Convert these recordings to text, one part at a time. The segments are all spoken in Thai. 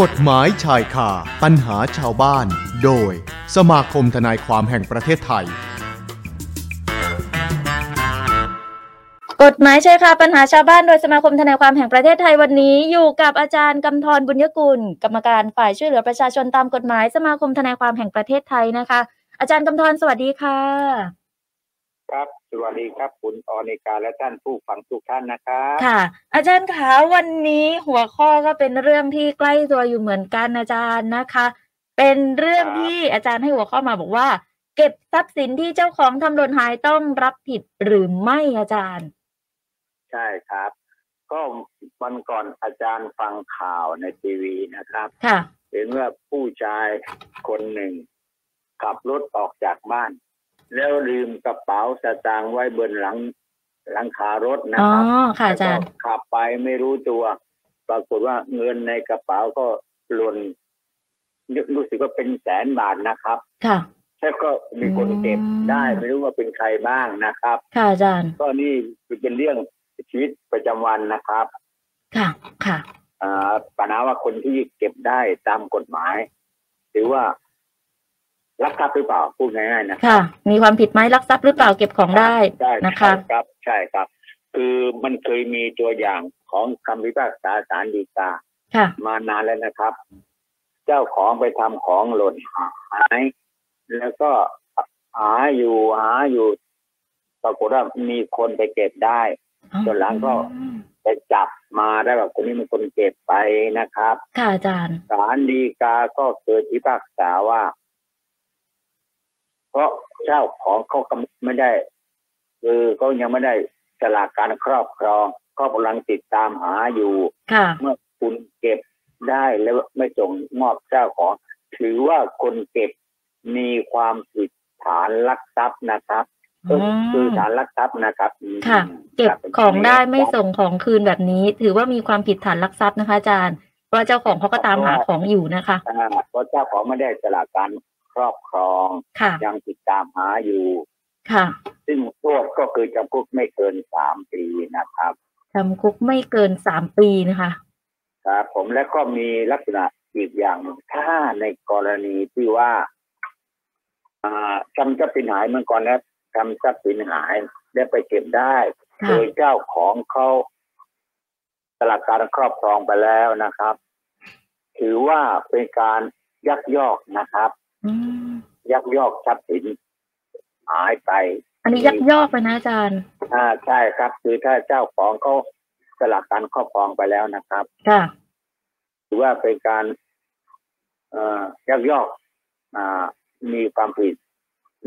กฎหมายชายคาปัญหาชาวบ้าน โดย สมาคมทนายความแห่งประเทศไทย กฎหมายใช่ค่ะปัญหาชาวบ้านโดยสมาคมทนายความแห่งประเทศไทยวันนี้อยู่กับอาจารย์กำธรบุญยกุล กรรมการฝ่ายช่วยเหลือประชาชนตามกฎหมายสมาคมทนายความแห่งประเทศไทยนะคะ อาจารย์กำธรสวัสดีค่ะ ครับสวัสดีครับคุณออนิกาและท่านผู้ฟังทุกท่านนะครับ ค่ะ อาจารย์คะวันนี้หัวข้อก็เป็นเรื่องที่ใกล้ตัวอยู่เหมือนกันอาจารย์นะคะ เป็นเรื่องที่อาจารย์ให้หัวข้อมาบอกว่า เก็บทรัพย์สินที่เจ้าของทำหล่นหายต้องรับผิดหรือไม่อาจารย์ ใช่ครับ ก็วันก่อนอาจารย์ฟังข่าวในทีวีนะครับ ค่ะ เห็นว่าผู้ชายคนหนึ่ง ขับรถออกจากบ้าน แล้วลืมกระเป๋าสตางค์ไว้บนหลังหลังคารถนะ อ๋อ ครับ ค่ะอาจารย์ แล้วก็ขับไปไม่รู้ตัว ปรากฏว่าเงินในกระเป๋าก็หล่นรู้สึกว่าเป็นแสนบาทนะครับ ค่ะ แล้วก็มีคนเก็บ อืม ได้ไม่รู้ว่าเป็นใครบ้างนะครับ ค่ะอาจารย์ ก็นี่เป็นเรื่องชีวิตประจำวันนะครับ ค่ะ ค่ะ อ่าปัญหาว่าคนที่เก็บได้ตามกฎหมาย หรือว่าลักทรัพย์หรือเปล่าพูดง่ายๆนะ ค่ะ มีความผิดไหมลักทรัพย์หรือเปล่าเก็บของได้ ใช่ นะ ใช่ คะ ครับ ใช่ครับ คือมันเคยมีตัวอย่างของคำพิพากษาศาลฎีกา ค่ะ มานานแล้วนะครับ เจ้าของไปทำของหล่นหาย แล้วก็หาอยู่หาอยู่ ปรากฏว่ามีคนไปเก็บได้ ส่วนหลังก็ ไปจับมาได้แบบคนนี้เป็นคนเก็บไปนะครับ ค่ะอาจารย์ ศาลฎีกาก็เคยพิพากษาว่า เพราะเจ้าของเขากำไม่ได้ คือเขายังไม่ได้สลากการครอบครองเขากำลังติดตามหาอยู่ ค่ะ เมื่อคุณเก็บได้แล้วไม่ส่งมอบเจ้าของ ถือว่าคนเก็บมีความผิดฐานลักทรัพย์นะครับ อื ก็ ม คือฐานลักทรัพย์นะครับอืม ค่ะ เก็บ ครับเป็น ของได้ ย่านี้ ไม่ นะครับ ส่งของคืนแบบนี้ ถือว่ามีความผิดฐานลักทรัพย์นะคะอาจารย์ เพราะเจ้าของเขาก็ตามหาของอยู่นะคะ อ่าเพราะเจ้าของไม่ได้สละการครอบครอง ค่ะ ยังติดตามหาอยู่ ค่ะ ซึ่งโทษก็คือจำคุกไม่เกินสามปีนะครับ จำคุกไม่เกินสามปีนะคะ ครับ ผมและก็มีลักษณะอีกอย่างหนึ่งถ้าในกรณีที่ว่า อ่าทำทรัพย์สินหายเมื่อก่อนนะทำทรัพย์สินหายได้ไปเก็บได้ โด ค่ะ ยเจ้าของเขาสลักการครอบครองไปแล้วนะครับ ถือว่าเป็นการยักยอกนะครับ อืม ยักยอกทรัพย์สินหายไป อันนี้ยักยอกไปนะอาจารย์ อ่าใช่ครับ คือถ้าเจ้าของเขาสลักการครอบครองไปแล้วนะครับ ค่ะ ถือว่าเป็นการ เอ่อยักยอกอ่ามีความผิด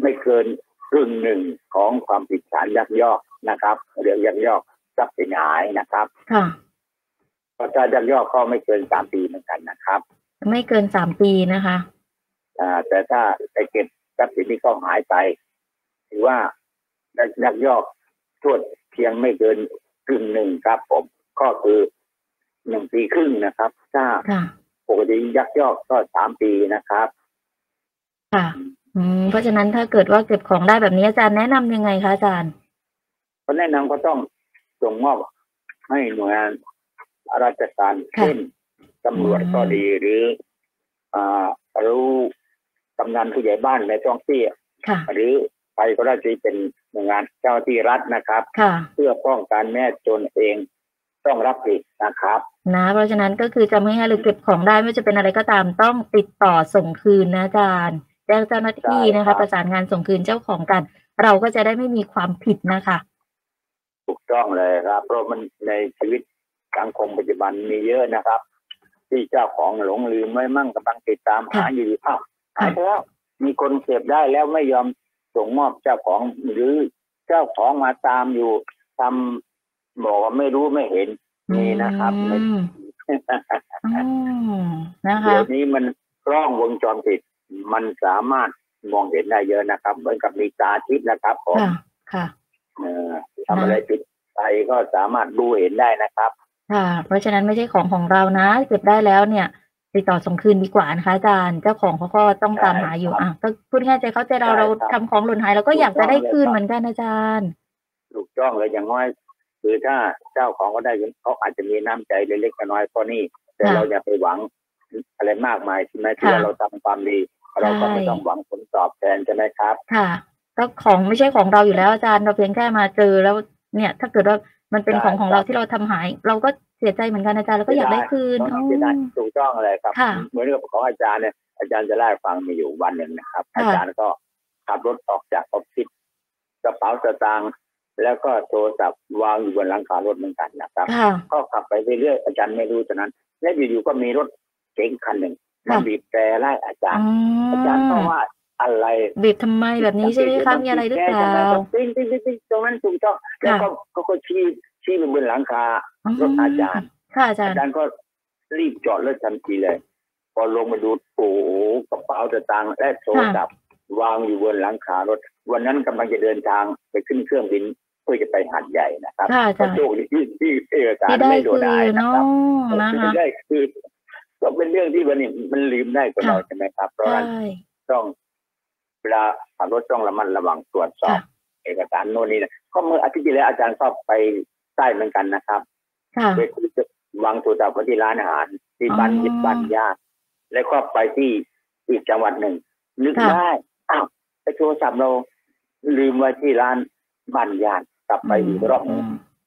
ไม่เกินครึ่งหนึ่งของความผิดฐานยักยอกนะครับเรียกยักยอกทรัพย์สินหายนะครับ ค่ะ เพราะถ้ายักยอกก็ไม่เกินสามปีเหมือนกันนะครับ ไม่เกินสามปีนะคะ อ่าแต่ถ้าไปเก็บทรัพย์สินที่เขาหายไป ถือว่ายักยักยอกโทษเพียงไม่เกินครึ่งหนึ่งครับ ผม ก็คือหนึ่งปีครึ่งนะครับ ถ้า ค่ะ ปกติยักยอกก็สามปีนะครับ ค่ะ อืม เพราะฉะนั้นถ้าเกิดว่าเก็บของได้แบบนี้อาจารย์แนะนำยังไงคะอาจารย์ ก็แนะนำก็ต้องส่งมอบให้หน่วยงานราชการ ค่ะ เช่นตำรวจก็ดีหรืออ่ารู้กำนันผู้ใหญ่บ้านในท้องที่ ค่ะ หรือไปก็ได้ที่เป็นหน่วยงานเจ้าที่รัฐนะครับ ค่ะ เพื่อป้องกันแม่จนเองต้องรับผิดนะครับ นะเพราะฉะนั้นก็คือจำง่ายๆเลยเก็บของได้ไม่ว่าจะเป็นอะไรก็ตามต้องติดต่อส่งคืนนะอาจารย์แจ้งเจ้าหน้าที่ ใช่ นะ ครั คะ บ ประสานงานส่งคืนเจ้าของกัน เราก็จะได้ไม่มีความผิดนะคะ ถูกต้องเลยครับ เพราะมันในชีวิตสังคมปัจจุบันมีเยอะนะครับ ที่เจ้าของหลงลืมไม่มั่งกำลังติดตามหา ค่ะ อยู่อ้าวหายไปแล้วมีคนเก็บได้แล้วไม่ยอมส่งมอบเจ้าของหรือเจ้าของมาตามอยู่ทำบอกว่าไม่รู้ไม่เห็นนี่นะครับ อืม ใน อืมนะ เดี๋ คะ ยวนี้มันกล้องวงจรปิด มันสามารถมองเห็นได้เยอะนะครับ เหมือนกับมีตาทิพย์นะครับผม ค่ะ ค่ะ เอ่อทำอะไรผิดไปก็สามารถดูเห็นได้นะครับ ค่ะ เพราะฉะนั้นไม่ใช่ของของเรานะ เก็บได้แล้วเนี่ย ติดต่อส่งคืนดีกว่านะคะอาจารย์เจ้าของเขาก็ต้องตามหาอยู่อ่ะก็พูดง่ายๆใจเขาใจเรา ใช่ เรา ครับ ทำของหล่นหายเราก็อยากจะได้คืน ถูกต้องเลยครับ เหมือนกันอาจารย์ ถูกต้องเลยอย่างน้อยคือถ้าเจ้าของก็ได้เขาอาจจะมีน้ำใจเล็กๆน้อยๆก็นี่ แต่ ค่ะ เราอย่าไปหวัง อะไรมากมายใช่ไหมที่ว่า ค่ะ เราทำความดี เราก็ไม่ ใช่ ต้องหวังผลตอบแทนใช่ไหมครับ ค่ะแล้วของไม่ใช่ของเราอยู่แล้วอาจารย์เราเพียงแค่มาเจอแล้วเนี่ย ถ้าเกิดว่ามันเป็น ใช่ ของของ ครับ เราที่เราทำหาย เราก็เสียใจเหมือนกันอาจารย์แล้วก็อยากได้คืน ต้อง อ๋อ เสียดายถูกต้องเลยครับ ค่ะ เหมือนกับของอาจารย์เนี่ยอาจารย์จะเล่าให้ฟังมีอยู่วันหนึ่งนะครับ ค่ะ อาจารย์ก็ขับรถออกจากออฟฟิศกระเป๋าสตางค์แล้วก็โทรศัพท์วางอยู่บนหลังคารถเหมือนกันนะครับ ค่ะ ก็ขับไปเรื่อยๆอาจารย์ไม่รู้ตอนนั้น และอยู่ๆก็มีรถเก๋งคันหนึ่ง ค่ะ มาบีบแตรไล่อาจาร อ๋ ย์ อ อาจารย์ก็ว่าอะไร บีบทำไมแบบนี้ใช่ไหมคะมีอะไรหรือเปล่า แก้ทำไมก็ติ๊งติ๊งติ๊งติ๊งตรงนั้นถูกต้องแล้วก็เขาก็ชี้ชี้ไปบนหลังคา รถอาจารย์ ค่ะอาจาร อา ย์ จารย์ก็รีบจอดรถทันทีเลย พอลงมาดูโอ้โหกระเป๋าสตางค์และโทรศัพท์วางอยู่บนหลังคารถ วันนั้นกำลังจะเดินทางไปขึ้นเครื่องบินเพื่อจะไปหัดใหญ่นะครับ ค่ะอาจารย์ โชคดีที่ที่เอกสาร ที่ได้ ไม่โด คื นได้ น นะ เนาะ ครับ นะ คือ คะ ได้คือก็เป็นเรื่องที่วันนี้มันลืมได้คนเราใช่ไหมครับ เพราะ ใช่ ฉะนั้นต้องเวลาขับรถต้องระมัดระวังตรวจสอบ ค่ะ เอกสารโน่นนี่นะก็เมื่ออาทิตย์ที่แล้วอาจารย์ก็ไปใต้เหมือนกันนะครับ ค่ะ ไปคุยกับวางโทรศัพท์ไว้ที่ร้านอาหาร ที่ อ๋อ บ้านยิบบ้านญาติแล้วก็ไปที่อีกจังหวัดหนึ่ง นึก ค่ะ ได้อ้าวไอ้โทรศัพท์เรา ลืมไว้ที่ร้านบ้านญาติกลับไปอีกรอบ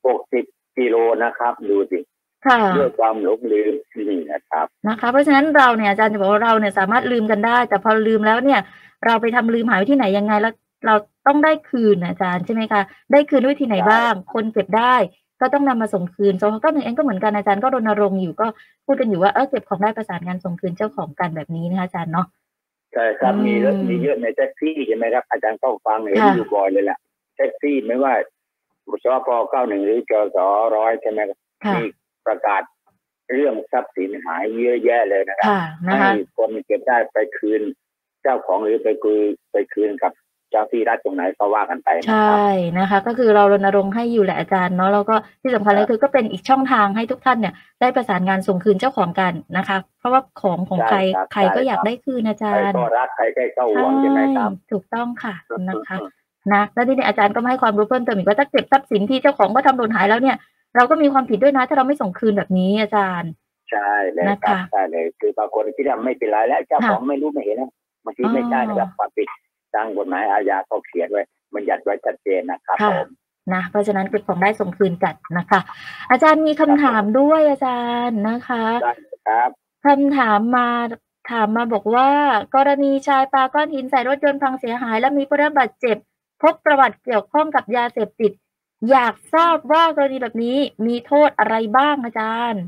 หกสิบกิโลนะครับดูสิ ค่ะ ด้วยความหลงลืมนี่นะครับ นะคะ เพราะฉะนั้นเราเนี่ยอาจารย์จะบอกว่าเราเนี่ยสามารถลืมกันได้ แต่พอลืมแล้วเนี่ย เราไปทำลืมหายไว้ที่ไหนยังไงแล้วเราต้องได้คืนนะอาจารย์ใช่ไหมคะได้คืนด้วยที่ไหน ใช่ บ้าง คนเก็บได้ก็ต้องนำมาส่งคืนโซก็หนึ่งเองก็เหมือนกันอาจารย์ก็รณรงค์อยู่ก็พูดกันอยู่ว่าเออเก็บของได้ประสานงานส่งคืนเจ้าของกันแบบนี้นะคะอาจารย์เนาะ ใช่ครับ อืม มีเยอะมีเยอะในแท็กซี่ใช่ไหมครับ อาจารย์ก็ฟังเห็น ค่ะ อยู่บ่อยเลยแหละแท็กซี่ไม่ว่าสพเก้าหนึ่งหรือจสร้อยใช่ไหมครับ ค่ะ มีประกาศเรื่องทรัพย์สินหายเยอะแยะเลยนะครับ ค่ะนะคะ ให้คนเก็บได้ไปคืน เจ้าของหรือไปคืนไปคืนกับเจ้าที่รัฐตรงไหนก็ว่ากันไปนะ ใช่ ครับ นะคะ ก็คือเรารณรงค์ให้อยู่แหละอาจารย์เนาะแล้วก็ที่สำคัญเลยคือก็เป็นอีกช่องทางให้ทุกท่านเนี่ย ได้ประสานงานส่งคืนเจ้าของกันนะคะ เพราะว่าของของใคร ใช่ครับ ใครก็ ใช่ครับ อยากได้คืนอาจา ใคร รย์ ก็รักใครใกล้เข้าหวงใช่ไหมครับ ถูกต้องค่ะนะคะนะแล้วที่นี่อาจารย์ก็มาให้ความรู้เพิ่มเติมอีกว่าถ้าเก็บทรัพย์สินที่เจ้าของก็ทำหล่นหายแล้วเนี่ย เราก็มีความผิดด้วยนะถ้าเราไม่ส่งคืนแบบนี้อาจารย์ ใช่เลยครับ นะคะ ใช่เลยคือบางคนที่ทำไม่เป็นไรและเจ้า ค่ะ ของไม่รู้ไม่เห็นนะบางที อ๋อ ไม่ใช่นะครับความผิดทางกฎหมายอาญาเขาเขียนไว้มันยัดไว้ชัดเจนนะครับ ค่ะ ผม นะเพราะฉะนั้นเก็บของได้ส่งคืนกันนะคะ อาจารย์มีคำถามด้วยอาจารย์นะคะ ได้ครับ คำถามมาถามมาบอกว่า กรณีชายปาก้อนหินใส่รถยนต์พังเสียหาย และมีผู้ได้รับบาดเจ็บ พบประวัติเกี่ยวข้องกับยาเสพติด อยากทราบว่ากรณีแบบนี้มีโทษอะไรบ้างอาจารย์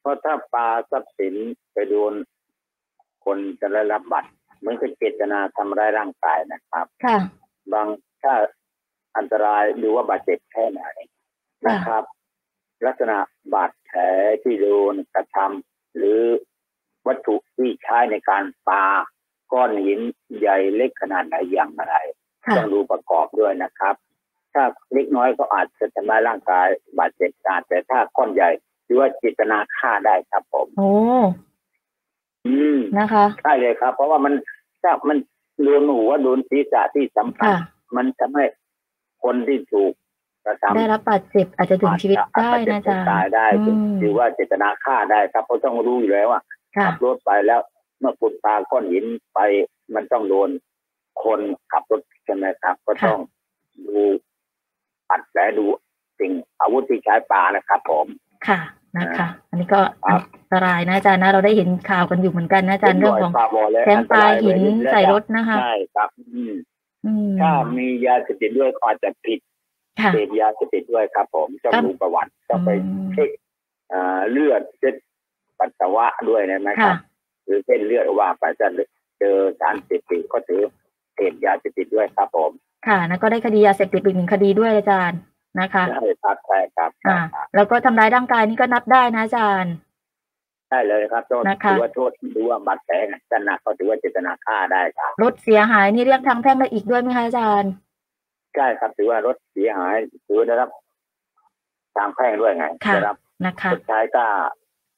เพราะถ้าปลาทรัพย์สินไปโดนคนจะได้รับบัตรเหมือนกับเจตนาทำร้ายร่างกายนะครับ ค่ะ บางถ้าอันตรายหรือว่าบาดเจ็บแค่ไหนนะครับ ลักษณะบาดแผลที่โดนกระทำหรือวัตถุที่ใช้ในการปาก้อนหินใหญ่เล็กขนาดไหนอย่างไร ค่ะ ต้องดูประกอบด้วยนะครับ ถ้าเล็กน้อยก็อาจจะทำร้ายร่างกายบาดเจ็บได้แต่ถ้าก้อนใหญ่ถือว่าเจิตนาฆ่าได้ครับผม โอ้ อืม นะคะ ใช่เลยครับ เพราะว่ามันถ้ามันโดนหัวโดนศีรษะที่สำคัญ ค่ะ มันทำให้คนที่ถูกกระทำ ได้รับบาดเจ็บอาจจะถึงชีวิต อาจ ได้ จ นะอาจารย์ ตายได้ อืม ถือว่าเจตนาฆ่าได้ครับเพราะต้องรู้อยู่แล้วว่า ค่ะ ขับรถไปแล้ว เมื่อคุณปาก้อนหินไป มันต้องโดนคนขับรถใช่ไหมครับ ก็ ค่ะ ต้องดูปัดแผลดูสิ่งอาวุธที่ใช้ปานะครับ ผม ค่ะนะคะ อันนี้ก็อันตรายนะอาจารย์นะเราได้เห็นข่าวกันอยู่เหมือนกันนะอาจารย์เรื่องของ ปาบอลและ แก๊งปลาหินใส่รถนะคะ ใช่ครับอืม อืม ถ้ามียาเสพติดด้วยก็อาจจะผิด ค่ะ เสพยาเสพติดด้วยครับ ผมต้องดูประวัติต้องไป อืม เช็คอ่าเลือดเช็คปัสสาวะด้วยนะนะค ค่ะ รับ หรือเส้นเลือดว่าไปจะเจอสารเสพติดก็ถือเสพยาเสพติดด้วยครับผม ค่ะนะก็ได้คดียาเสพติดอีกหนึ่งคดีด้วยอาจารย์นะคะ ใช่ครับใช่ครับ อ่า แล้วก็ทำร้ายร่างกายนี่ก็นับได้นะอาจารย์ ใช่เลยครับโทษ นะคะ ถือว่าโทษถือว่าบาดแผลนะจะหนักก็ถือว่าเจตนาฆ่าได้ครับ รถเสียหายนี่เรียกทางแพ่งได้อีกด้วยไหมคะอาจารย์ ใช่ครับถือว่ารถเสียหายถือว่าได้รับตามแพ่งด้วยไง ค่ะ ได้รับ นะคะ ชดใช้ค่า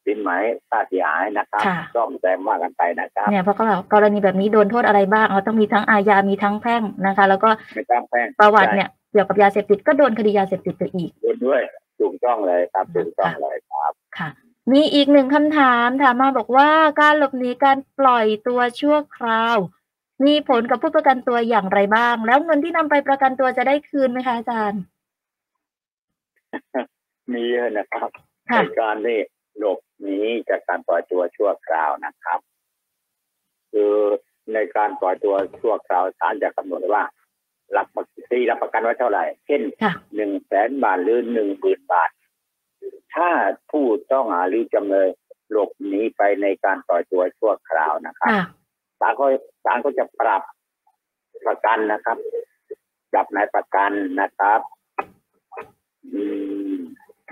สินไหมค่าเสียหายนะครับ ค่ะ ซ่อมแซมว่ากันไปนะครับ เนี่ยเพราะเขาบอกกรณีแบบนี้โดนโทษอะไรบ้างเอาต้องมีทั้งอาญา มีทั้งแพ่งนะคะ แล้วก็ ไม่ตามแพ่ง ประวัติเนี่ยเกี่ยวกับยาเสพติดก็โดนคดียาเสพติดไปอีก โดนด้วยถูกต้องเลยครับถูกต้องเลยครับ ค่ะ มีอีกหนึ่งคำถามถามมาบอกว่าการหลบหนีการปล่อยตัวชั่วคราว มีผลกับผู้ประกันตัวอย่างไรบ้าง แล้วเงินที่นำไปประกันตัวจะได้คืนไหมคะอาจารย์ มีเยอะนะครับ ค่ะ ในการที่หลบหนีจากการปล่อยตัวชั่วคราวนะครับ คือในการปล่อยตัวชั่วคราวศาลจะกำหนดไว้ว่า หลักประกันที่รับประกันไว้เท่าไหร่ เช่น ค่ะ หนึ่งแสนบาทหรือหนึ่งหมื่นบาท ถ้าผู้ต้องหาหรือจำเลยหลบหนีไปในการปล่อยตัวชั่วคราวนะครับ ค่ะ ศาลก็ศาลก็จะปรับประกันนะครับ ปรับนายประกันนะครับ อืม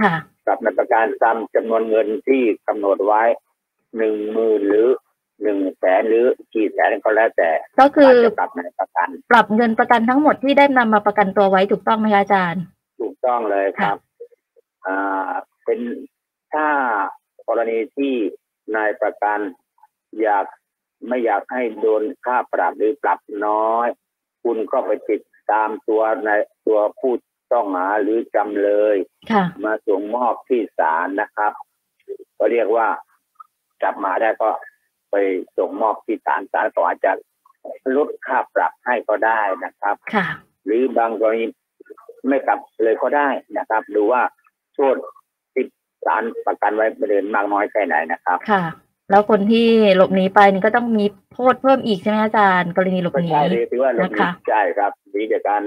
ค่ะ ปรับนายประกันตามจำนวนเงินที่กำหนดไว้หนึ่งหมื่นหรือหนึ่งแสนหรือกี่แสนก็แล้วแต่ ก็คื ศา อ ลจะปรับนายประกัน ปรับเงินประกันทั้งหมดที่ได้นำมาประกันตัวไว้ถูกต้องไหมคะอาจารย์ ถูกต้องเลยครับ อ่า เป็นถ้ากรณีที่นายประกันอยากไม่อยากให้โดนค่าปรับหรือปรับน้อย คุณก็ไปติดตามตัวในตัวผู้ต้องหาหรือจำเลย ค่ะ มาส่งมอบที่ศาลนะครับ ก็เรียกว่าจับมาได้ก็ไปส่งมอบที่ศาลศาลก็อาจจะลดค่าปรับให้ก็ได้นะครับ ค่ะ หรือบางกรณีไม่กลับเลยก็ได้นะครับ ดูว่าโทษที่ศาลประกันไว้ประเด็นมากน้อยแค่ไหนนะครับ ค่ะ แล้วคนที่หลบหนีไปนี่ก็ต้องมีโทษเพิ่มอีกใช่ไหมอาจารย์ กรณีหลบ ก็ หนี ใช่เลยถือว่าเรา นะคะ ใช่ครับหนีจากการ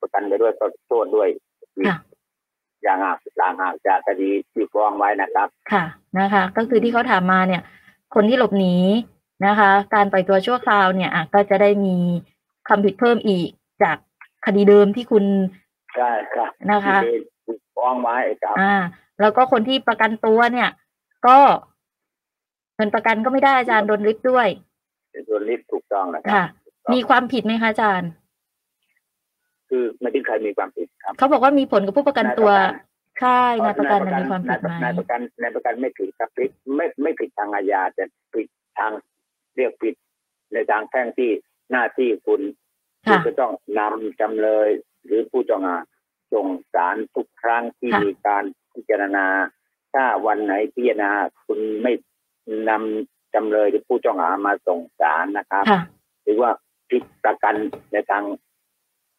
ประกันไปด้วยก็โทษด้วยอีก ค่ะ อย่างหักหลังหักจากคดีที่ฟ้องไว้นะครับ ค่ะนะคะ ก็คือที่เขาถามมาเนี่ย คนที่หลบหนีนะคะ การปล่อยตัวชั่วคราวเนี่ยอ่ะก็จะได้มีความผิดเพิ่มอีกจากคดีเดิมที่คุณ ใช่ครับ นะคะ ที่ถูกฟ้องไว้ครับ อ่า แล้วก็คนที่ประกันตัวเนี่ย ก็ เงินประกันก็ไม่ได้อาจารย์โดนริบด้วย ส่วนนี้ถูกต้องนะครับ ค่ะ มีความผิดไหมคะอาจารย์ คือไม่ได้ใครมีความผิดครับ เขาบอกว่ามีผลกับผู้ประกันตัวย ประกัน ใช่นายประกันน่ะมีความผิดไหม นายประกันนายประกันไม่ผิดครับผิดไม่ไม่ผิดทางอาญาแต่ผิดทางเรียกผิด ในทางแพ่งที่หน้าที่คุณคุ ค่ะ ณจะต้องนำจำเลย หรือผู้ต้องหาส่งสารทุกครั้งที่ ค่ะ มีการพิจารณา ถ้าวันไหนพิจารณาคุณไม่นำจำเลยหรือผู้ต้องหามาส่งสารนะครับ ค่ะ หรือว่าผิดประกันในทาง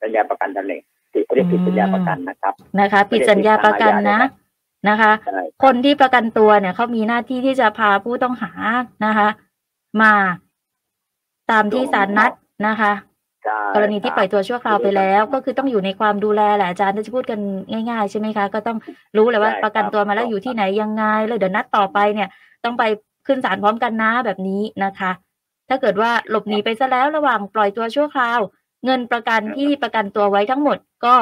สัญญาประกันตำแหน่งผิดเรียกผิดสัญญาประกันนะครับ นะคะ ผิดสัญญาประกันนะนะคะ ใช่ คนที่ประกันตัวเนี่ยเขามีหน้าที่ที่จะพาผู้ต้องหานะคะ มาตามที่ศาลนัดนะคะ ใช่ กรณีที่ปล่อยตัวชั่วคราวไปแล้ว ก็คือต้องอยู่ในความดูแลแหละอาจารย์ถ้าจะพูดกันง่าย ๆ ใช่ไหมคะ ก็ต้องรู้เลยว่าประกันตัวมาแล้วอยู่ที่ไหนยังไงแล้วเดี๋ยวนัดต่อไปเนี่ย ต้องไปขึ้นศาลพร้อมกันนะแบบนี้นะคะ ถ้าเกิดว่าหลบหนีไปซะแล้วระหว่างปล่อยตัวชั่วคราว เงินประกันที่ประกันตัวไว้ทั้งหมดก็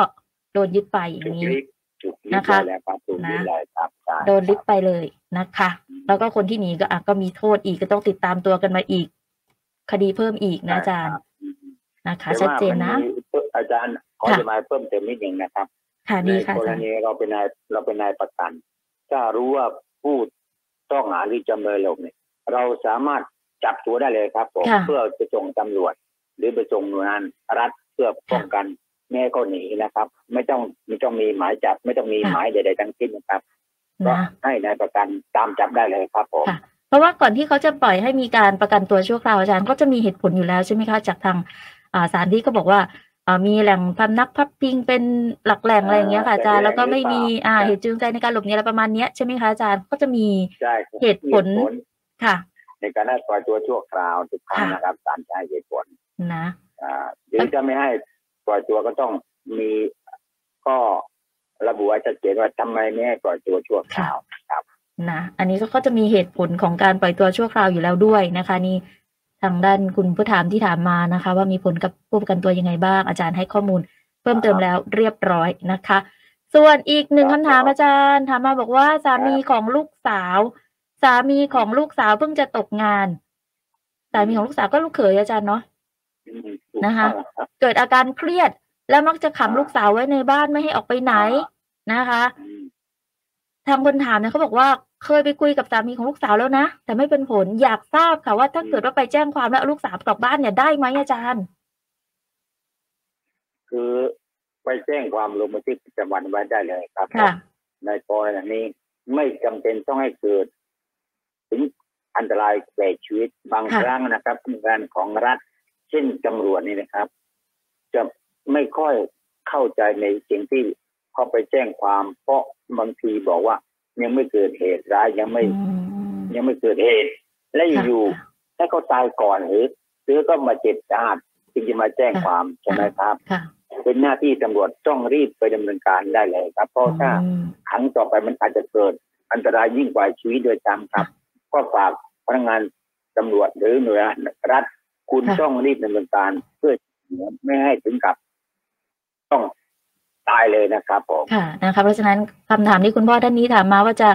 โดนยึดไปอ ถู ย่าก งนี้ ลิกถูกลิก นะคะ แล้วครับถูกลิกเลยครับใช่ โดนลิบไปเลยนะคะ แล้วก็คนที่หนีก็อ่ะก็มีโทษอีกก็ต้องติดตามตัวกันมาอีก คดีเพิ่มอีกนะอาจารย์นะคะ แต่ว่า ชัดเจนนะ มัมีเพิ่มอาจารย์ขอ ค่ะ จะมายเพิ่มเติมนิดหนึ่งนะครับ ค่ะ ใน ดีค่ะ ก อาร จารย์ ณีเราเป็นนายเราเป็นนายประกัน ถ้ารู้ว่าผู้ต้องหาหรือจำเลยหลบเนี่ยเราสามารถจับตัวได้เลยครับผม ค่ะ เพื่อจะส่งตำรวจ หรือไปส่งหน่วยงานรัฐเพื่อป้องกันแม่ให้เขาหนีนะครับ ไม่ต้องไม่ต้องมีหมายจับ ไม่ต้องมี ค่ะ หมายใดๆทั้งสิ้นนะครับก็ นะ ให้นายประกันตามจับได้เลยครับผม เพราะว่าก่อนที่เขาจะปล่อยให้มีการประกันตัวชั่วคราวอาจารย์ก็จะมีเหตุผลอยู่แล้วใช่ไหมคะจากทางอ่าศาลที่ก็บอกว่าอ่ามีแหล่งพำนักพักพิงเป็นหลักแหล่งอะไรอย่างเงี้ยค่ะอาจารย์แล้วก็ไม่มีอ่าเหตุจูงใจในการหลบหนีอะไรประมาณเนี้ยใช่ไหมคะอาจารย์ก็จะมี ใช่ครับ เหตุผล เหตุผล ค่ะ ในการได้ปล่อยตัวชั่วคราวทุกครั้งนะครับศาลใช้เหตุผล นะ อ่าหรือจะไม่ให้ปล่อยตัวก็ต้องมีข้อระบุไว้ชัดเจนว่าทำไมไม่ให้ปล่อยตัวชั่วคราว นะอันนี้ก็จะมีเหตุผลของการปล่อยตัวชั่วคราวอยู่แล้วด้วยนะคะ นี่ทางด้านคุณผู้ถามที่ถามมานะคะ ว่ามีผลกับผู้ประกันตัวยังไงบ้าง อาจารย์ให้ข้อมูล เพิ่มเติมแล้วเรียบร้อยนะคะ ส่วนอีกหนึ่ง ครับ คำถามอาจารย์ถามมาบอกว่าสามีของลูกสาว สามีของลูกสาวเพิ่งจะตกงาน สามีของลูกสาวก็ลูกเขยอาจารย์เนาะ นะคะ เกิดอาการเครียด แล้วมักจะขัง อ่า ลูกสาวไว้ในบ้านไม่ให้ออกไปไหนนะคะ อืม ทางคนถามเนี่ยเขาบอกว่าเคยไปคุยกับสามีของลูกสาวแล้วนะ แต่ไม่เป็นผลอยากทราบค่ะว่าถ้าเกิดว่าไปแจ้งความแล้วเอาลูกสาวกลับบ้านเนี่ยได้ไหมอาจารย์ คือไปแจ้งความลงบันทึกประจำวันไว้ได้เลยครับ ในกรณีนี้ ไม่จำเป็นต้องให้เกิด ถึงอันตรายแก่ชีวิตบาง ค่ะ ครั้งนะครับงานของรัฐ เช่นตำรวจนี่นะครับ จะไม่ค่อยเข้าใจในสิ่งที่เขาไปแจ้งความ เพราะบางทีบอกว่า ยังไม่เกิดเหตุร้ายยังไม่ อืม ยังไม่เกิดเหตุ และอยู่ ค่ะ ๆให้เขาตายก่อนหรือหรือก็มาเจ็บสาหัสจึงจะมาแจ้ง ค่ะ ความใช่ไหมครับ ค่ะ เป็นหน้าที่ตำรวจต้องรีบไปดำเนินการได้เลยครับ เพราะถ้า อืม ครั้งต่อไปมันอาจจะเกิดอันตรายยิ่งกว่าชีวิตโดยตามครับ ก็ฝากพนักงานตำรวจหรือหน่วยงานรัฐคุณ ค่ะ ต้องรีบดำเนินการเพื่อไม่ให้ถึงกับ ต้องตายเลยนะครับผม ค่ะนะคะเพราะฉะนั้นคำถามที่คุณพ่อท่านนี้ถามมาว่าจะ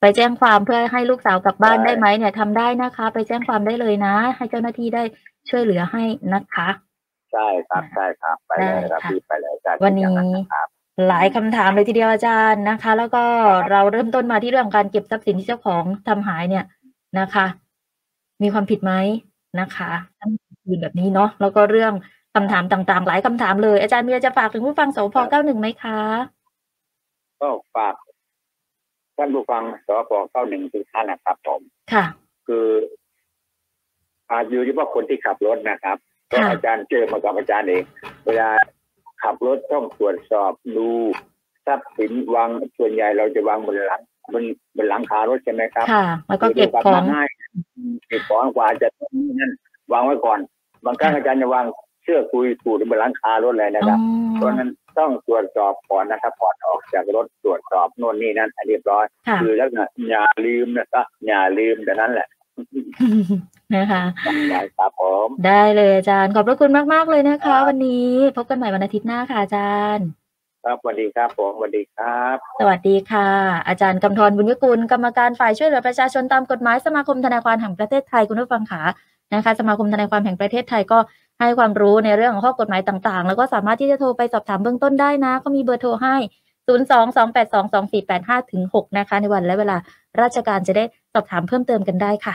ไปแจ้งความเพื่อให้ลูกสาวกลับบ้าน ใช่ ได้ไหมเนี่ยทำได้นะคะ ไปแจ้งความได้เลยนะ ให้เจ้าหน้าที่ได้ช่วยเหลือให้นะคะ ใช่ครับใช่ครับ ไปเลยครับ ได้ค่ะ รีบไปเลยครับ วันนี้ ครับ หลายคำถามเลยทีเดียวอาจารย์นะคะ แล้วก็เราเริ่มต้นมาที่เรื่องของการเก็บทรัพย์สินที่เจ้าของทำหายเนี่ยนะคะ มีความผิดไหมนะคะยืนแบบนี้เนาะแล้วก็เรื่องคำถามต่างๆ หลายคำถามเลยอาจารย์มีอะไรจะฝากถึงผู้ฟังสพ91ไหมคะ ก็ฝากท่านผู้ฟังสปเก้าหนึ่งทุกท่านนะครับผม ค่ะ คืออาจอยู่เฉพาะคนที่ขับรถนะครับก็ ค่ะ อาจารย์เจอมากับอาจารย์เองเวลาขับรถต้องตรวจสอบดูทรัพย์สินวางส่วนใหญ่เราจะวางบนหลังบนบนหลังคารถใช่ไหมครับ ค่ะ แล้วก็เก็บ คือ ข ด้วยคอวาม ง มัง่ายเก็บของกว่าจะนั่นวางไว้ก่อน บางครั้งอาจารย์จะวางเสื้อคุยสูดบนหลังคารถเลยนะครับ เพราะฉะนั้นต้องตรวจสอบก่อนนะครับก่อนออกจากรถตรวจสอบโน่นนี่นั่นให้เรียบร้อย ค่ะ คือแล้วนะอย่าลืมนะครับอย่าลืมแต่นั้นแหละ นะคะ ได้ครับผม ได้เลยอาจารย์ ขอบพระคุณมาก ๆ เลยนะ คคะรับ วันนี้พบกันใหม่วันอาทิตย์หน้าค่ะอาจารย์ ครับสวัสดีครับผมสวัสดีครับ สวัสดีค่ะ อาจารย์กำธรบุญวิกุลกรรมการฝ่ายช่วยเหลือประชาชนตามกฎหมายสมาคมทนายความแห่งประเทศไทยคุณผู้ฟังค่ะนะคะสมาคมทนายความแห่งประเทศไทยก็ให้ความรู้ในเรื่องของข้อกฎหมายต่างๆ แล้วก็สามารถที่จะโทรไปสอบถามเบื้องต้นได้นะ ก็มีเบอร์โทรให้ 022822485ถึง6นะคะ ในวันและเวลาราชการจะได้สอบถามเพิ่มเติมกันได้ค่ะ